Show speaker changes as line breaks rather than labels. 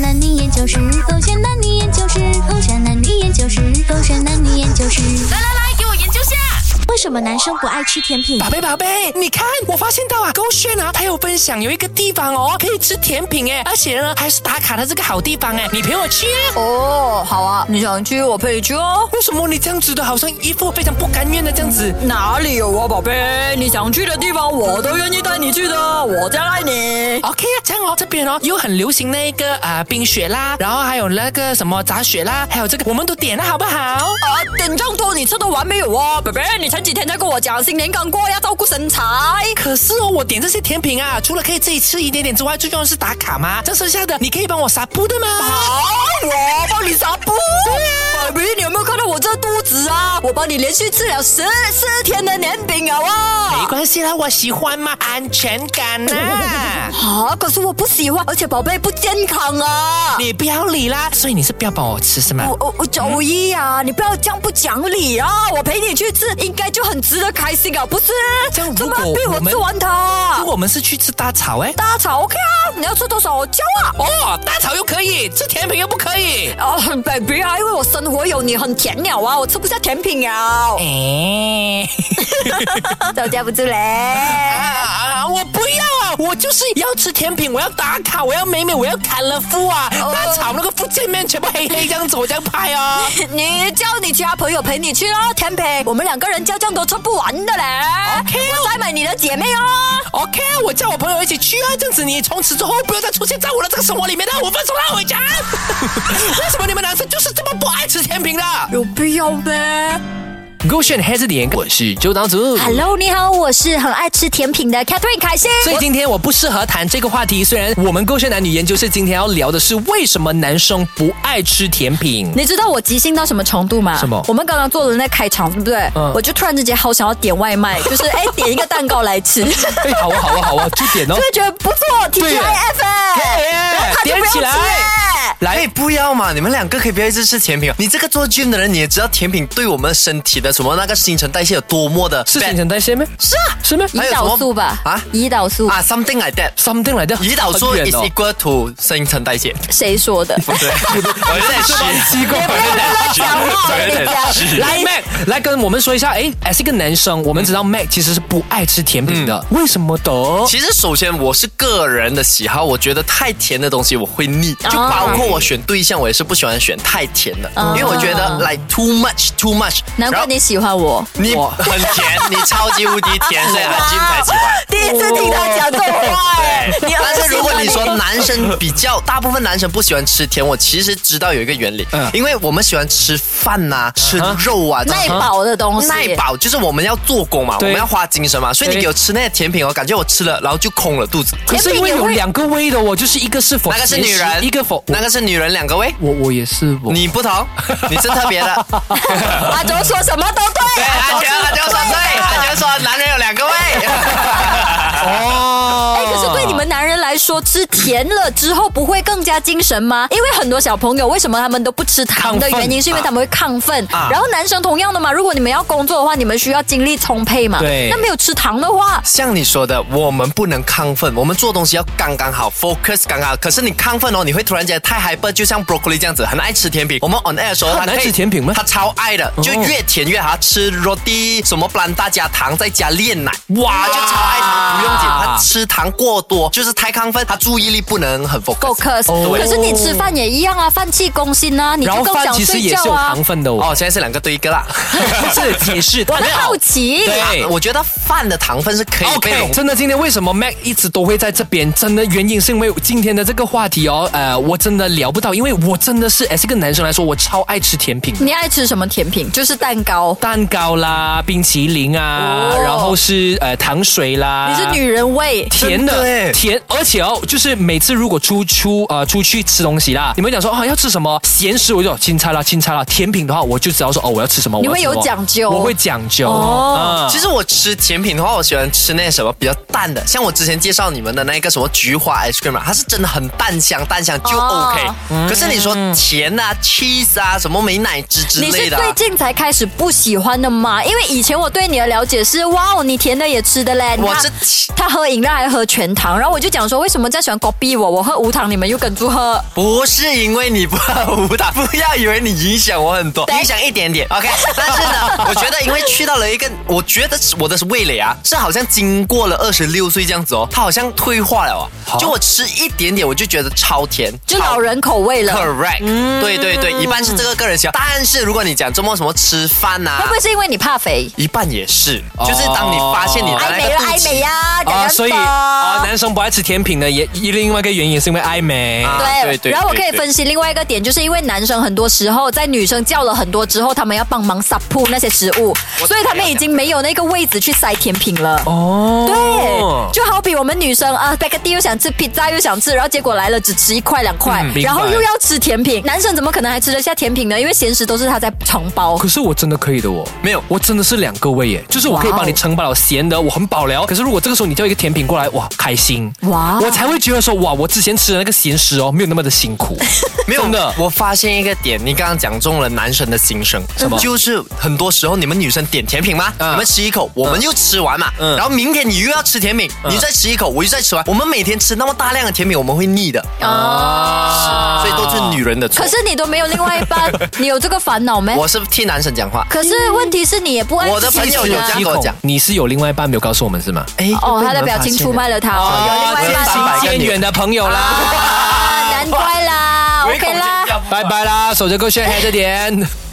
男女研究室，狗选男女研究室，狗选男女研究室，狗选男女研究室。
来来来，给我研究下。
为什么男生不爱吃甜品？
宝贝宝贝，你看，我发现到啊，勾炫啊，他有分享有一个地方哦，可以吃甜品哎，而且呢还是打卡的这个好地方哎，你陪我去啊。
哦，好啊，你想去我陪你去哦。
为什么你这样子的，好像一副非常不甘愿的这样子？
哪里有啊，宝贝？你想去的地方我都愿意带你去的，我将爱你。
OK 啊，这样哦，这边哦又很流行那个呃冰雪啦，然后还有那个什么炸雪啦，还有这个我们都点了好不好？
啊，等这么多你吃得完没有啊，宝贝？你前几天才跟我讲新年刚过要照顾身材。啊
可是哦，我点这些甜品啊，除了可以自己吃一点点之外，最重要的是打卡嘛。这剩下的你可以帮我撒布的吗？
好，我帮你撒布。对啊，宝贝，你有没有看到我这肚子啊？我帮你连续吃了十四天的年饼啊！
没关系啦，我喜欢嘛，安全感呐、
啊，可是我不喜欢，而且宝贝不健康啊！
你不要理啦，所以你是不要帮我吃是吗
我？我我周一啊，你不要这样不讲理啊！我陪你去吃，应该就很值得开心啊，不是？
这样
怎
如
么
果
逼
我
我
们
吃完它
如？果我们是去吃大炒哎、
大炒 OK 啊，你要吃多少我交啊？
哦，大炒又可以，吃甜品又不可以。
哦，baby 啊，因为我生活有你很甜了啊，我吃不下甜品啊，
哎、
招架不住嘞。
啊 啊！我不要啊！我就是要吃甜品，我要打卡，我要美美，我要砍了夫啊！
哦
大炒那个福建面全部黑黑这样子，我这样拍哦。
你叫你其他朋友陪你去哦，甜品，我们两个人叫酱都吃不完的嘞。
OK 哦
我再买你的姐妹哦。
OK，我啊叫我朋友一起去啊，这样子你从此之后不要再出现在我的这个生活里面了。我分手了，我 讲。为什么你们男生就是这么不爱吃甜品的？
有必要呗？
勾选黑字脸，我是周岛主。
Hello，你好，我是很爱吃甜品的 Catherine 凯欣。
所以今天我不适合谈这个话题，虽然我们勾选男女研究室今天要聊的是为什么男生不爱吃甜品。
你知道我即兴到什么程度吗？
什么
我们刚刚做了那开场，对不对？
嗯
我就突然之间好想要点外卖，就是哎，点一个蛋糕来吃，就
哎，好啊，好啊，好啊，就点哦。
会觉得不错，T
对
G
耶
I F，
耶
然后他就
点
不
起
用
来
吃耶。
可以
来，
不要嘛？你们两个可以不要一直吃甜品。你这个做 gym 的人，你也知道甜品对我们身体的什么那个新陈代谢有多么的
是
bad
新陈代谢吗？是啊，是吗
还
胰
有什么
岛素吧？
啊
胰岛素？
啊，something like that。
？Something 来的，
胰岛素
很远
is
哦
equal to 新陈代谢。
谁说的？
不对，我有点虚，
奇怪
不要乱讲话，
对
我跟你
对
讲。
来，Mac，来跟我们说一下，哎，是一个男生，我们知道 Mac 其实是不爱吃甜品的，
嗯
为什么的？
其实首先我是个人的喜好，我觉得太甜的东西我会腻，
啊
就包括我选对象，我也是不喜欢选太甜的，
啊
因为我觉得 like too much too much。
难怪你喜欢我。
你
哇
很甜，你超级无敌甜，所以阿金才喜欢。
第一次听他讲这种 话，哎
对，
你
但
恶
是
心
如果
吗
你说男生比较，大部分男生不喜欢吃甜，我其实知道有一个原理，
嗯
因为我们喜欢吃饭呐、吃肉啊，这
耐
些
饱的东西，
耐饱就是我们要做工嘛，我
对
们要花精神嘛，所以你
对
给我吃那些甜品，我感觉我吃了然后就空了肚子。
哎
可是因为有两个味的哦，就是一个是否
那个是女人，
一个否
那个是女人，两个喂，
我我也是我。
你不 同，你是特别的。
阿卓说什么都对，
对，哎阿杰，阿杰说对，阿杰说男人有两个胃。
哦，
哎，可是对你们男人来说，吃甜了之后不会更加精神吗？因为很多小朋友为什么他们都不吃糖的
亢奋
原因，是因为他们会亢奋。
啊
然后男生同样的嘛，如果你们要工作的话，你们需要精力充沛嘛。
对
那没有吃糖的话，
像你说的，我们不能亢奋，我们做东西要刚刚好，focus 刚刚好。可是你亢奋哦，你会突然间太 hyper，就像 broccoli 这样子，很爱吃甜品。我们 on air 的时候，他
他很爱
可以
吃甜品吗哦
他超爱的，就越甜越好。吃 roti 什么 b l a n d a 加糖，再加炼奶，哇，就超爱糖，不用紧。他吃糖过多就是太亢奋，他注意力不能很 focus。
focus。
对
可是你吃饭也一样啊，饭气攻心啊，你
哦然
就
后
更
饭
想
其实
睡
也
觉
是有
啊
糖。分的 哦，
哦，现在是两个对一个 啦。啊
不是解释，
我
没
在
有
好奇，
对
我觉得饭的糖分是可以被
OK，
溶
真的，今天为什么 Mac 一直都会在这边？真的原因是因为今天的这个话题哦，呃，我真的聊不到，因为我真的是，哎，这个男生来说，我超爱吃甜品。
你爱吃什么甜品？就是蛋糕。
蛋糕啦，冰淇淋啊，
哦
然后是呃糖水啦。
你是女人味，
甜
真的
的
耶
甜，而且哦，就是每次如果出出呃出去吃东西啦，你们讲说啊要吃什么咸食，我就说哦青菜啦青菜啦。甜品的话，我就知道说哦我要吃什么。
你
我要
会
吃什么
有讲究
我会讲究
哦
啊
其实我吃甜品的话，我喜欢吃那什么比较淡的，像我之前介绍你们的那个什么菊花 ice cream 啊，它是真的很淡香，淡香就
哦
OK。可是你说甜啊、cheese 啊、什么美乃滋之
你
类
是
的、
最
啊。
近才开始不喜欢的吗？因为以前我对你的了解是，哇哦，你甜的也吃的嘞。你
我
看
是
他喝饮料还喝全糖，然后我就讲说为什么这样喜欢 copy 我，我喝无糖，你们又跟住喝。
不是因为你不舞蹈， 不要以为你影响我很多，
对
影响一点点，OK。但是 呢，我觉得因为去到了一个，我觉得我的味蕾啊，是好像经过了二十六岁这样子哦，它好像退化了
好
啊。就我吃一点点，我就觉得超甜，
就
超
老人口味了。
Correct，、对
嗯
对对，一半是这个个人喜好，但是如果你讲周末什么吃饭呐、
会不会是因为你怕肥？
一半也是，就是当你发现你的
哦
爱
那
美
个
了，
肚
爱美
脐。
呀、感
啊，
恩
所以
吧
啊，男生不爱吃甜品的也一另外一个原因是因为爱美。
啊
对，
对对
然后我可以
对对
分析另外一个点，就是因为男生很多时候在女生叫了很多之后，他们要帮忙 s u p p o 那些食物，
我
所以他们已经没有那个位置去塞甜品了。
哦，
对，就好比我们女生啊 b a g e t t e 又想吃披萨又想吃，然后结果来了只吃一块两块
嗯，明白
然后又要吃甜品，男生怎么可能还吃得下甜品呢？因为咸食都是他在承包。
可是我真的可以的哦，
没有
我真的是两个胃耶，就是我可以
哇哦
帮你承饱了咸的，我很饱了。可是如果这个时候你叫一个甜品过来，哇，开心，
哇
我才会觉得说，哇，我之前吃的那个咸食哦，没有那么的辛 苦，
没有
真的
我发现一个点，你刚刚讲中了男生的心声，
什么
就是很多时候你们女生点甜品吗？
嗯
你们吃一口，我们又吃完嘛，
嗯
然后明天你又要吃甜品，你再吃一口，我又再吃完，我们每天吃那么大量的甜品，我们会腻的，
啊
所以都是女人的错。
可是你都没有另外一半，你有这个烦恼没？
我是替男生讲话，
可是问题是你也不爱
我的
吃
朋友
甜品
有
啊
这样
一
跟我
口
讲
你是有另外一半没有告诉我们是吗？
哎
哦，他的表情出卖了他，哦、有另外一
见
半
识
哦
吧
渐远的朋友啦，
啊，难怪啦
被我发现了
，OK 啦。
拜拜啦，守着够炫黑着点。